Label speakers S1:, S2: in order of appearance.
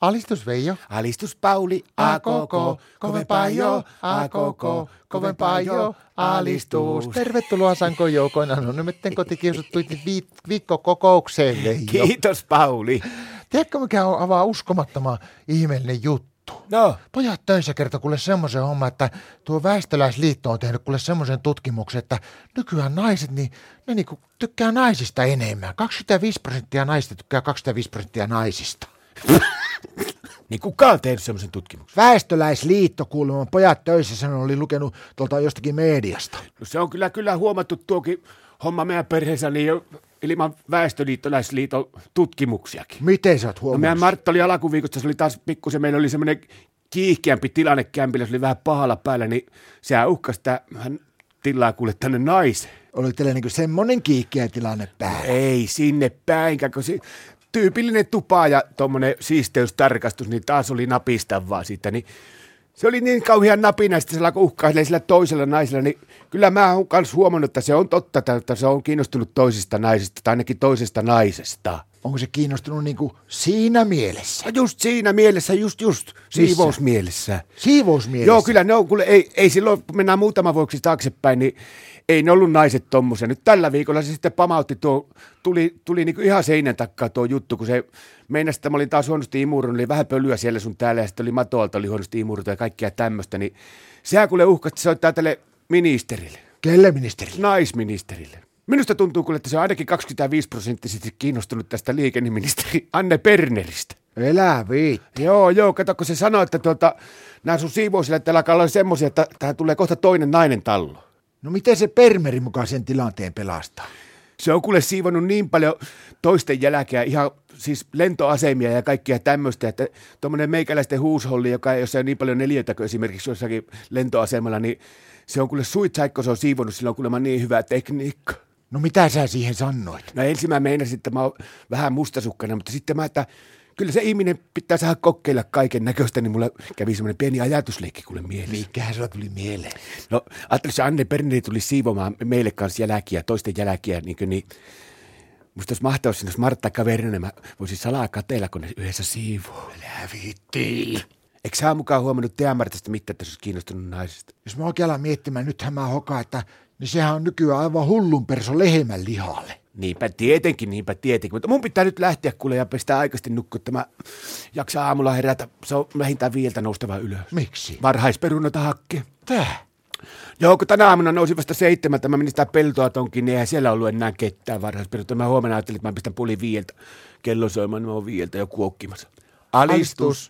S1: Alistus Veijo.
S2: Alistus Pauli, a koko, kovempaa jo, a koko, kovempaa jo, alistus.
S1: Tervetuloa Sanko Joukoina. No nyt mitten kotikiusattuitin viikkokokoukseen Veijo.
S2: Kiitos Pauli.
S1: Tiedätkö mikä on avaa uskomattoman ihmeellinen juttu?
S2: No,
S1: Pojat töissä kertoi kuule semmoisen homma, että tuo väestöläisliitto on tehnyt kuule semmoisen tutkimuksen, että nykyään naiset, niin ne niinku tykkää naisista enemmän. 25 prosenttia naisista tykkää 25 prosenttia naisista.
S2: niin kuka on tehnyt semmoisen tutkimuksen?
S1: Väestöläisliitto kuulemma pojat töissä sen oli lukenut tuolta jostakin mediasta.
S2: No se on kyllä, kyllä huomattu tuokin homma meidän perheessä, niin jo ilman väestöliittolaisliiton tutkimuksiakin.
S1: Miten sä oot
S2: No meidän Martta oli alkuviikosta, se oli taas pikkusen, meillä oli semmoinen kiihkeämpi tilanne kämpillä, se oli vähän pahalla päällä, niin sehän uhkasi sitä, hän tilaa kuule tänne naisen.
S1: Oli teillä niinku semmonen kiikkiä tilanne päällä.
S2: Ei sinne päinkä, kun se tyypillinen tupa ja tuommoinen siisteystarkastus, niin taas oli napista vaan siitä, niin se oli niin kauhean napina, että se alkoi uhkaa sillä- sillä toisella naisella, niin kyllä mä oon myös huomannut, että se on totta, että- että se on kiinnostunut toisista naisista, tai ainakin toisesta naisesta.
S1: Onko se kiinnostunut niinku siinä mielessä?
S2: Ja just siinä mielessä, just just, siivousmielessä.
S1: Siivousmielessä?
S2: Joo, kyllä ne on, kuule, ei, ei silloin, kun mennään muutama vuoksi taaksepäin, niin ei ne ollut naiset tommosia. Nyt tällä viikolla se sitten pamautti tuo, tuli, tuli niinku ihan seinän takkaa tuo juttu, kun se meinasi, että mä olin taas huonosti imurun, oli vähän pölyä siellä sun täällä, ja sitten oli matoalta, oli huonosti imurta ja kaikkea tämmöistä, niin sehän kuule uhkasi, että se soittaa tälle ministerille,
S1: Kelle ministerille?
S2: naisministerille. Minusta tuntuu kuule, että se on ainakin 25 prosenttisesti kiinnostunut tästä liikenneministeri Anne Berneristä.
S1: Elää viit.
S2: Joo, joo, kato, kun se sanoi, että tuota, nämä sun siivousille täällä alkaa olla semmoisia, että tähän tulee kohta toinen nainen tallo.
S1: No miten se permeri mukaan sen tilanteen pelastaa?
S2: Se on kuule siivonut niin paljon toisten jälkeä, ihan siis lentoasemia ja kaikkia tämmöistä, että tuommoinen meikäläisten huusholli, joka ei ole niin paljon neljöitä kuin esimerkiksi jossakin lentoasemalla, niin se on kuule suitsaikko, se on siivonut, sillä on kuulemma niin hyvä tekniikka.
S1: No mitä sä siihen sanoit?
S2: No ensin mä meinasin, että mä oon vähän mustasukkana, mutta sitten mä, että kyllä se ihminen pitää saada kokeilla kaiken näköistä, niin mulle kävi semmoinen pieni ajatusleikki kuule mielessä.
S1: Mikähän sulla tuli mieleen?
S2: No, ajattelin, se Anne Berneri tuli siivomaan meille kanssa jälkiä, toisten jälkiä, niin, kuin, niin Musta olisi mahtavaa, jos siinä olisi Martta kaverina, mä voisin salaa katella, kun ne yhdessä siivoo. Älä viittiin. Eikö sä mukaan huomannut teidän Martasta mitään, että se olisi kiinnostunut naisista?
S1: Jos mä oikein alan miettimään, nythän mä hokaan, että niin sehän on nykyään aivan hullun perso lehmän lihalle.
S2: Niinpä tietenkin, niinpä tietenkin. Mutta mun pitää nyt lähteä kuule ja pestää aikaisesti nukkua, että mä jaksaa aamulla herätä. Se on vähintään viiltä noustava ylös.
S1: Miksi?
S2: Varhaisperunoita hakkeen.
S1: Tää.
S2: Joo, kun tänä aamuna nousin vasta seitsemältä, mä menin sitä peltoa tonkin, niin eihän siellä ollut enää ketään varhaisperustelua. Mä huomenna ajattelin, että mä pistän puoli viieltä kello soimaan, niin mä oon viieltä jo kuokkimassa. Alistus,